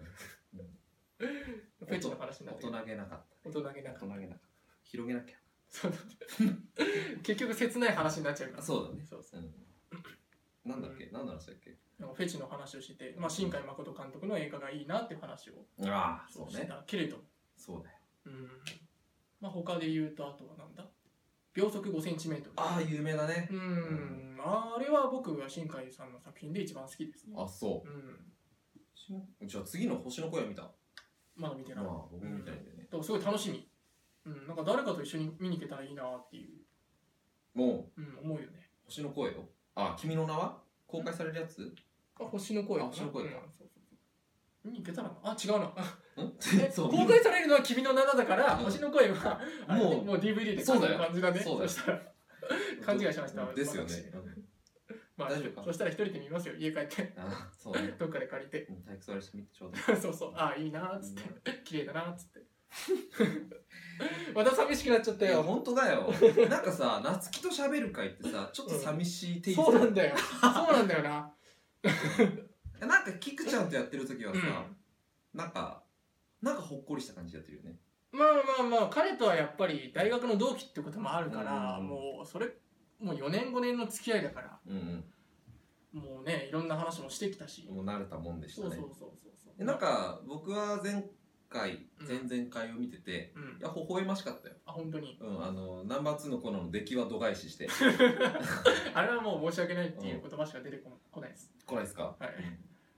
Speaker 1: だね
Speaker 2: フェチの話にな
Speaker 1: 大
Speaker 2: ってくる
Speaker 1: 人げなかっ
Speaker 2: 大人げな
Speaker 1: た
Speaker 2: く
Speaker 1: 大人げなかった広げなきゃ
Speaker 2: そうだね 結局切ない話になっちゃうから
Speaker 1: そうだね
Speaker 2: そうそう
Speaker 1: うんなんだっけ、なん、何の話だっけ
Speaker 2: なんかフェチの話をしてて、まあ、新海誠監督の映画がいいなっていう話を
Speaker 1: ああ
Speaker 2: そうしてたけれども
Speaker 1: そうだよ
Speaker 2: うんまあ他で言うとあとはなんだ秒速5センチメートル
Speaker 1: ああ有名だね
Speaker 2: う、んあれは僕は新海さんの作品で一番好きですね
Speaker 1: あそ
Speaker 2: うん
Speaker 1: うじゃあ次の星の声は見た
Speaker 2: まだ見て
Speaker 1: ま
Speaker 2: な
Speaker 1: あ
Speaker 2: いだ
Speaker 1: 僕も見たいんでね、
Speaker 2: からすごい楽しみうんなんか誰かと一緒に見に行けたらいいなっていう
Speaker 1: もう
Speaker 2: うん思うよね
Speaker 1: 星の声よあ君の名は公開されるやつん
Speaker 2: あ星の声かな
Speaker 1: あ星の声か
Speaker 2: うんそうそうそう見に行けたらなあ違う なえ
Speaker 1: そう
Speaker 2: 公開されるのは君の名だから
Speaker 1: うん
Speaker 2: 星の声はあれね
Speaker 1: もう
Speaker 2: もう DVD で
Speaker 1: そうだよ
Speaker 2: 感じだね
Speaker 1: そうだよ
Speaker 2: したら勘違いしました
Speaker 1: ですよね
Speaker 2: 私
Speaker 1: うん
Speaker 2: まあ
Speaker 1: 大丈夫か
Speaker 2: そしたら一人で見ますよ家帰って
Speaker 1: あそうね
Speaker 2: どっかで借りて
Speaker 1: うん体育座りしてみてちょうだい
Speaker 2: そうそう、ああ、いいなーっつって、 綺麗だなーっつって。また寂しくなっちゃった
Speaker 1: いや
Speaker 2: よ。
Speaker 1: 本当だよなんかさ夏希と喋る会ってさちょっと寂しいテイス
Speaker 2: そ
Speaker 1: ト
Speaker 2: うなんだよ。そうなんだ よな。
Speaker 1: なんかキクちゃんとやってる時は
Speaker 2: う
Speaker 1: さ
Speaker 2: ん、
Speaker 1: なんかなんかほっこりした感じでやってるよね
Speaker 2: まあまあまあ、彼とはやっぱり大学の同期ってこともあるから、
Speaker 1: うん
Speaker 2: もうそれ、もう4年5年の付き合いだから、
Speaker 1: うん
Speaker 2: もうね、いろんな話もしてきたし
Speaker 1: う。んもう慣れたもんでした
Speaker 2: そう
Speaker 1: ね
Speaker 2: そうそうそうそう。
Speaker 1: でなん、か僕は前回
Speaker 2: うん
Speaker 1: 前々回を見てて、
Speaker 2: うん
Speaker 1: い、や微笑ましかったよ
Speaker 2: あ、本当に。
Speaker 1: うんあのナンバー2のコーナーの出来は度外視して
Speaker 2: あれはもう申し訳ないっていう言葉しか出てここないです。
Speaker 1: 来ないですか
Speaker 2: はい。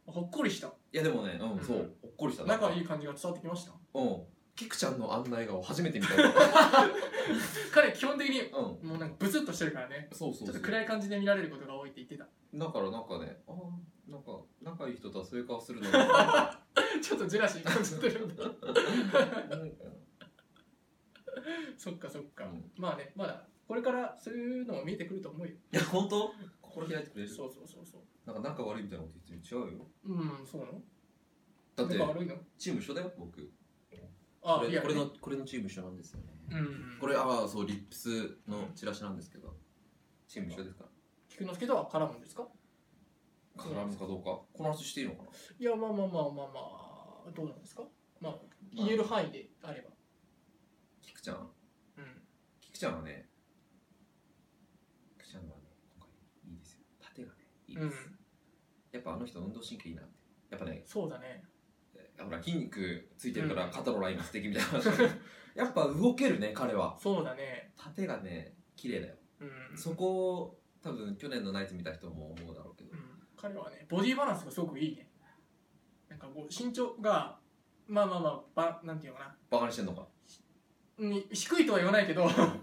Speaker 2: ほっこりした。
Speaker 1: いやでもねうん、
Speaker 2: うん
Speaker 1: そうほっこりした
Speaker 2: 仲い
Speaker 1: い
Speaker 2: い感じが伝わってきました。
Speaker 1: うんキクちゃんのあんな笑顔初めて見 たよ
Speaker 2: 彼、基本的に、
Speaker 1: うん
Speaker 2: もうなんかブツッとしてるからね。
Speaker 1: そうそう
Speaker 2: ちょ
Speaker 1: そう
Speaker 2: っと暗い感じで見られることが多いって言ってた。
Speaker 1: だからなんかねあーなんか仲いい人とはそういう顔するの が
Speaker 2: ちょっとジェラシー感じて るんだ。
Speaker 1: うん
Speaker 2: そっかそっか。
Speaker 1: うん
Speaker 2: まあね、まだこれからそういうのも見えてくると思うよ。
Speaker 1: いや本当心開いてくれる
Speaker 2: そうそうそうそう。
Speaker 1: なんか仲悪いみたいなこと言ってる違うよ
Speaker 2: うん、そうなの
Speaker 1: だって
Speaker 2: なんか悪いの
Speaker 1: チーム一緒だよ僕
Speaker 2: あ
Speaker 1: こ、
Speaker 2: い
Speaker 1: れ
Speaker 2: や、
Speaker 1: これのこれのチーム一緒なんですよね
Speaker 2: うん。
Speaker 1: これ、ああそうリップスのチラシなんですけどチーム一緒ですか
Speaker 2: 菊之助とは絡むんですから
Speaker 1: 絡むかどうかこの話していいのかない
Speaker 2: や、まあまあまあまあまあ、どうなんですかまあ、言える範囲であれば。
Speaker 1: キクちゃん
Speaker 2: うん。
Speaker 1: キクちゃんはねキクちゃんはね今回いいですよ縦がねいいです、
Speaker 2: うん。
Speaker 1: やっぱあの人運動神経いいなってやっぱね
Speaker 2: そうだね。
Speaker 1: ほら筋肉ついてるから
Speaker 2: うん
Speaker 1: 肩のラインが素敵みたいな話だ けどやっぱ動けるね彼は
Speaker 2: そうだね。
Speaker 1: 縦がね綺麗だよ
Speaker 2: うん。
Speaker 1: そこを多分去年のナイツ見た人も思うだろうけど
Speaker 2: うん、彼はねボディバランスがすごくいいねなんかこう身長がまあまあまあばなんていうのかな、
Speaker 1: バカにしてんのか
Speaker 2: うん、低いとは言わないけど まあまあま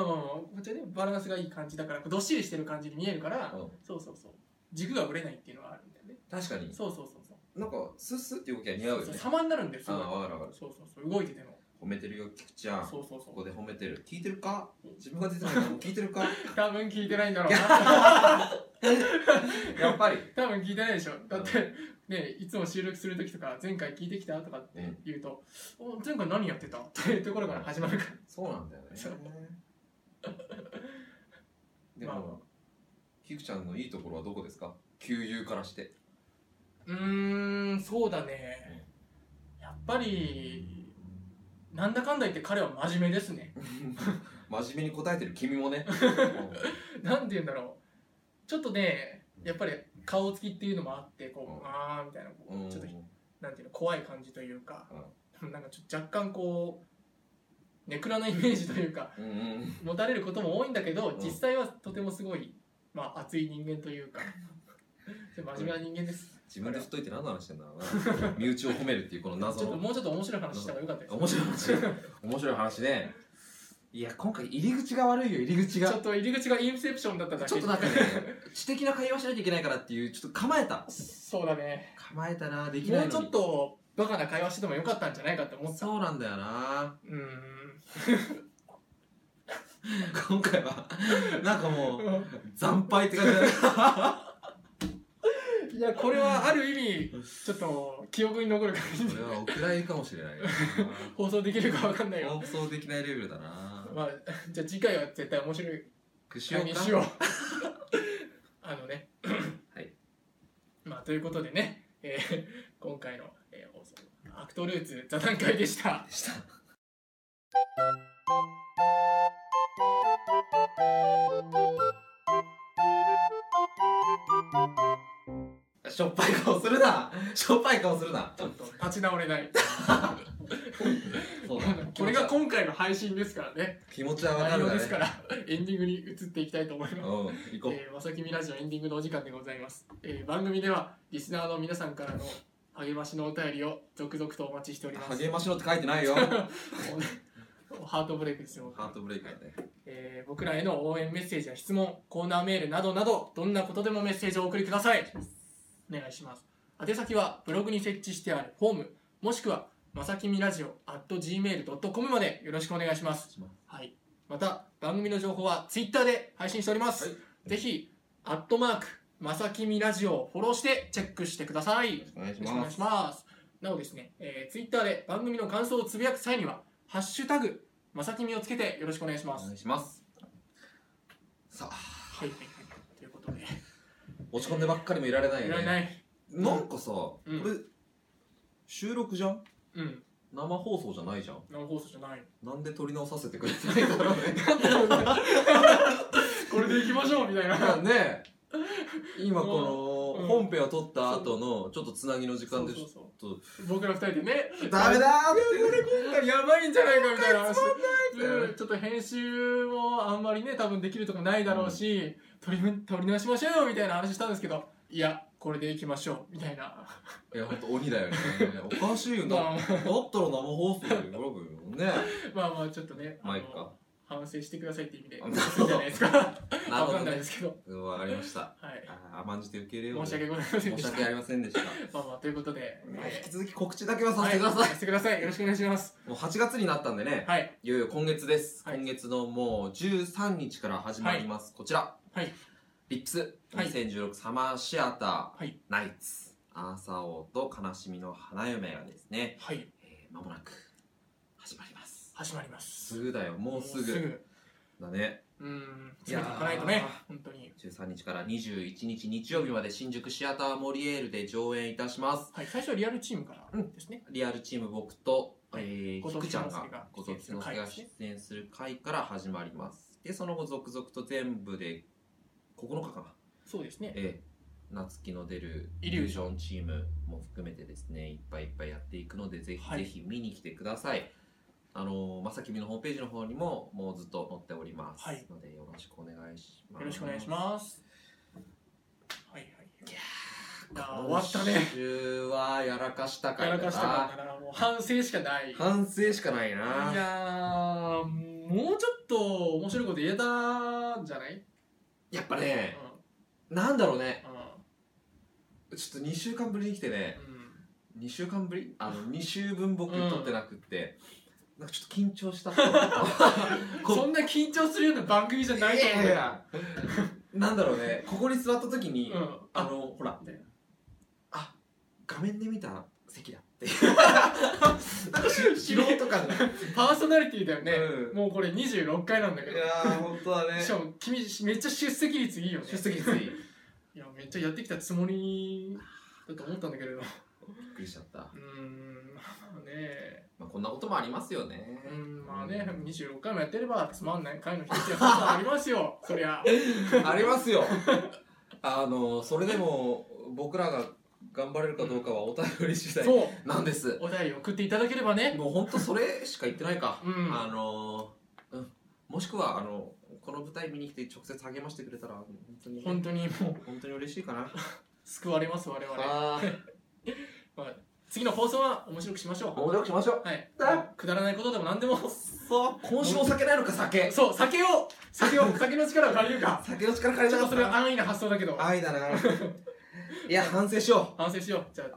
Speaker 2: あこっちはねバランスがいい感じだからどっしりしてる感じに見えるから、
Speaker 1: うん
Speaker 2: そうそうそう軸がぶれないっていうのがあるんだよね
Speaker 1: 確かに
Speaker 2: そうそうそうそう
Speaker 1: なんかスッスッって動きが似合うよ
Speaker 2: そう
Speaker 1: ね
Speaker 2: 様になるんです
Speaker 1: ああ
Speaker 2: よ
Speaker 1: わかるわかる
Speaker 2: そうそうそう動いてても
Speaker 1: 褒めてるよキクちゃん
Speaker 2: そうそうそ
Speaker 1: こ
Speaker 2: う
Speaker 1: こで褒めてる聞いてるか自分が出てないの聞いてる か
Speaker 2: 多分聞いてないんだろうな
Speaker 1: やっぱり
Speaker 2: 多分聞いてないでしょだってねいつも収録する時とか前回聞いてきたとかって言うと、お前回何やってた っていうところから始まるから
Speaker 1: そうなんだよね
Speaker 2: そう
Speaker 1: でも、
Speaker 2: まあ
Speaker 1: キクちゃんのいいところはどこですか旧友からして
Speaker 2: うーんそうだねやっぱりなんだかんだ言って彼は真面目ですね
Speaker 1: 真面目に答えてる君も ね、
Speaker 2: なんて言うんだろうちょっとねやっぱり顔つきっていうのもあってこう、
Speaker 1: うん
Speaker 2: あーみたいなこ
Speaker 1: うん
Speaker 2: うちょっとなんていうの怖い感じというか、なんかちょっと若干こうネクラなイメージというか
Speaker 1: うんうん
Speaker 2: 持たれることも多いんだけど、
Speaker 1: ん
Speaker 2: 実際はとてもすごい、まあ、熱い人間という かちょっと真面目な人間です、
Speaker 1: 自分で太いって何の話してんだろうな身内を褒めるっていうこの
Speaker 2: ち
Speaker 1: 謎
Speaker 2: ょっと
Speaker 1: の
Speaker 2: もうちょっと面白い話した方が良かったです
Speaker 1: 面白い話面白い話ねいや今回入り口が悪いよ入り口
Speaker 2: ち
Speaker 1: が
Speaker 2: ょっと入り口がインセプションだっただけ
Speaker 1: ちょっとなんかね知的な会話しないといけないからっていうちょっと構えた
Speaker 2: そうだね
Speaker 1: 構えたなでき
Speaker 2: も
Speaker 1: ないう
Speaker 2: ち
Speaker 1: の
Speaker 2: ょっ
Speaker 1: に
Speaker 2: とバカな会話しててもよかったんじゃないかって思ったう
Speaker 1: そうなんだよな
Speaker 2: ーん
Speaker 1: 今回はなんかもう
Speaker 2: うん
Speaker 1: 惨敗って感じだね
Speaker 2: いやこれはある意味ちょっと記憶に残る感じ
Speaker 1: こ
Speaker 2: で
Speaker 1: れはお蔵入りかもしれないな
Speaker 2: 放送できるかわかんないよ
Speaker 1: 放送できないレベルだな
Speaker 2: まあじゃあ次回は絶対面白い
Speaker 1: くしよ
Speaker 2: 会
Speaker 1: う
Speaker 2: に
Speaker 1: か
Speaker 2: しようあのね
Speaker 1: はい
Speaker 2: まあということでね、えー今回の、えー放送アクトルーツ座談会でした
Speaker 1: でしたしょっぱい顔するなしょっぱい顔するな
Speaker 2: ちょっと立ち直れない
Speaker 1: そうだ
Speaker 2: これが今回の配信ですからね
Speaker 1: 気持ちはわか
Speaker 2: 内
Speaker 1: る
Speaker 2: 容
Speaker 1: だね
Speaker 2: ですから エンディングに移っていきたいと思いま
Speaker 1: う
Speaker 2: す
Speaker 1: ん行こう、
Speaker 2: えー、まさきみラジオエンディングのお時間でございます、えー番組ではリスナーの皆さんからの励ましのお便りを続々とお待ちしております
Speaker 1: 励ましろって書いてないよハ
Speaker 2: ハートブレイクですよ、
Speaker 1: ートブレイクだね
Speaker 2: えー僕らへの応援メッセージや質問コーナーメールなどなどどんなことでもメッセージをお送りくださいお願いします宛先はブログに設置してあるフォームもしくはまさきみラジオ at gmail.com までよろしくお願いしますはい、また番組の情報はツイッターで配信しております、
Speaker 1: は
Speaker 2: ぜひアットマークまさきみラジオをフォローしてチェックしてくださいよ
Speaker 1: お願いし
Speaker 2: ろしくお願
Speaker 1: ま
Speaker 2: いし
Speaker 1: す
Speaker 2: ますなおですね、えー、ツイッターで番組の感想をつぶやく際には「ハッシュタグまさきみ」をつけてよろしくお願いしま
Speaker 1: お
Speaker 2: す、
Speaker 1: 願いしますさあ
Speaker 2: はいはいということで
Speaker 1: 落ち込んでばっかりもいられない
Speaker 2: い
Speaker 1: よ
Speaker 2: ら
Speaker 1: ね
Speaker 2: ない
Speaker 1: なんかさ、こ
Speaker 2: うん
Speaker 1: れ収録じゃん
Speaker 2: うん
Speaker 1: 生放送じゃないじゃん
Speaker 2: 生放送じゃない
Speaker 1: なんで撮り直させてくれてないんだろうね
Speaker 2: これでいきましょうみた い な
Speaker 1: ねえ今こ
Speaker 2: うん
Speaker 1: の本編を撮った後のちょっとつなぎの時間でち
Speaker 2: そ
Speaker 1: ょ
Speaker 2: う
Speaker 1: っ
Speaker 2: そう
Speaker 1: と
Speaker 2: そう僕ら二人でね
Speaker 1: ダメだーって
Speaker 2: やばいんじゃないかみたいな話
Speaker 1: ない
Speaker 2: うんちょっと編集もあんまりね多分できるとこないだろうし、撮り撮り直しましょうよみたいな話したんですけどいやこれでいきましょう みたいない
Speaker 1: やほんと鬼だよねおかしいよなだ
Speaker 2: まあ
Speaker 1: ったら生放送で選ぶよね
Speaker 2: まあまあちょっとねあ
Speaker 1: マイ
Speaker 2: の
Speaker 1: クか
Speaker 2: 反省してくださいって意味で
Speaker 1: なる
Speaker 2: そうじゃないですか
Speaker 1: なる
Speaker 2: わ
Speaker 1: ほ
Speaker 2: か
Speaker 1: ど
Speaker 2: んない
Speaker 1: ね
Speaker 2: ですけど
Speaker 1: うんわかりました
Speaker 2: はい
Speaker 1: あー甘んじて受け入れよう
Speaker 2: 申し訳
Speaker 1: ね
Speaker 2: ございません
Speaker 1: 申し
Speaker 2: でした
Speaker 1: 訳ありませんでした
Speaker 2: まあまあということで、
Speaker 1: 引き
Speaker 2: え
Speaker 1: 続き告知だけは
Speaker 2: ー
Speaker 1: させてください
Speaker 2: はしてくださいよろしくお願いします
Speaker 1: もう8月になったんでね
Speaker 2: はい
Speaker 1: いよいよ今月です、
Speaker 2: はい
Speaker 1: 今月のもう13日から始まります、こちら、
Speaker 2: はい
Speaker 1: リップス
Speaker 2: はい
Speaker 1: 2016サマーシアター、
Speaker 2: はい
Speaker 1: ナイツアーサー王と悲しみの花嫁がですね
Speaker 2: はい
Speaker 1: えーま、もなく始まります
Speaker 2: 始まります
Speaker 1: すぐだよもうすぐ
Speaker 2: もうすぐ
Speaker 1: だね
Speaker 2: うん
Speaker 1: い
Speaker 2: 詰
Speaker 1: やー
Speaker 2: めていかないとね本当に
Speaker 1: 13日から21日日曜日まで新宿シアターモリエールで上演いたします
Speaker 2: はい最初はリアルチームからですね、
Speaker 1: リアルチーム僕と、
Speaker 2: はい
Speaker 1: え
Speaker 2: 後
Speaker 1: ー、
Speaker 2: 藤
Speaker 1: 菊ちゃん
Speaker 2: 菊之助
Speaker 1: が
Speaker 2: が
Speaker 1: 後藤之助が
Speaker 2: 出演する回です
Speaker 1: 出
Speaker 2: ね
Speaker 1: 演する回から始まりますでその後続々と全部で9日かな
Speaker 2: そうですね
Speaker 1: ええ、夏希の出る
Speaker 2: イ
Speaker 1: イ
Speaker 2: リ
Speaker 1: リ
Speaker 2: ュ
Speaker 1: ュー
Speaker 2: ージ
Speaker 1: ジョンチームも含めてですねいっぱいいっぱいやっていくのでぜひ
Speaker 2: はい
Speaker 1: ぜひ見に来てください、あのーまさきみのホームページの方にももうずっと載っております、
Speaker 2: はい
Speaker 1: のでよろしくお願いします
Speaker 2: よろしくお願いし
Speaker 1: す
Speaker 2: ます。はいはい。
Speaker 1: いや
Speaker 2: いやー終わったね。
Speaker 1: 今週はやらかしたか
Speaker 2: や
Speaker 1: ら
Speaker 2: らかしたからなもう反省しかない。いや
Speaker 1: 反省しかないな
Speaker 2: ー、もうちょっと面白いこと言えたんじゃない
Speaker 1: やっぱ
Speaker 2: うん
Speaker 1: ね。なんだろうね
Speaker 2: う
Speaker 1: ちょっと2週間ぶりに来てね
Speaker 2: ん
Speaker 1: 2週間ぶりあの2週分僕撮ってなくって、なんかちょっと緊張 したっていうのと
Speaker 2: うん。そんな緊張するような番組じゃない
Speaker 1: い
Speaker 2: と思
Speaker 1: や
Speaker 2: う
Speaker 1: い
Speaker 2: よ。
Speaker 1: やなんだろうねここに座った時に、
Speaker 2: うん。
Speaker 1: あ
Speaker 2: あ、
Speaker 1: のほら
Speaker 2: みたいな
Speaker 1: あ画面で見た席だ っていうなんか素素人感が
Speaker 2: パーソナリティだよね。
Speaker 1: うん
Speaker 2: もうこれ26回なんだけど。
Speaker 1: ー本当だ
Speaker 2: しかも君めっちゃ出席率いいよね。
Speaker 1: 出席率いいび
Speaker 2: いやめっちゃやってきたつもりだと思ったんだけれど。
Speaker 1: っくりしちゃった、
Speaker 2: うーん、まあね
Speaker 1: まあ、こんなこともありますよね
Speaker 2: うーんまあね、26回もやってればつまんない回の一つや二つはありま すよ、そりゃ。
Speaker 1: ありますよ。あのそれでも僕らが頑張れるかどうかはお便り次第
Speaker 2: そう、
Speaker 1: なんです。
Speaker 2: お便り送っていただければね。
Speaker 1: もう本当それしか言ってないか。
Speaker 2: うん
Speaker 1: あのうんもしくはあのこの舞台見に来て直接励ましてくれたら本当に
Speaker 2: 本当にもう
Speaker 1: 本当に嬉しいかな。
Speaker 2: 救われます、我々。
Speaker 1: あ
Speaker 2: まあ、次の放送は面白くしましょ
Speaker 1: あ、面白くしましょう
Speaker 2: う。。はい
Speaker 1: あ。
Speaker 2: くだらないことでも何でも。
Speaker 1: そう、今週も酒ないのか酒。
Speaker 2: そう、酒を、酒を、酒の力を借りるか。
Speaker 1: 酒の力借り
Speaker 2: ちょ
Speaker 1: な
Speaker 2: っ
Speaker 1: かった
Speaker 2: とそれは
Speaker 1: な。
Speaker 2: 安易な発想だけど、
Speaker 1: 愛だな。いや反省しよ
Speaker 2: 反省しよう。じゃ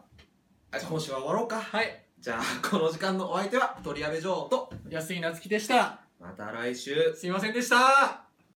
Speaker 2: あ、
Speaker 1: う。今週は終わろうか。
Speaker 2: はい。
Speaker 1: じゃあこの時間のお相手は鳥矢部城と
Speaker 2: 安井なつきでした。
Speaker 1: また来週。
Speaker 2: すいませんでした。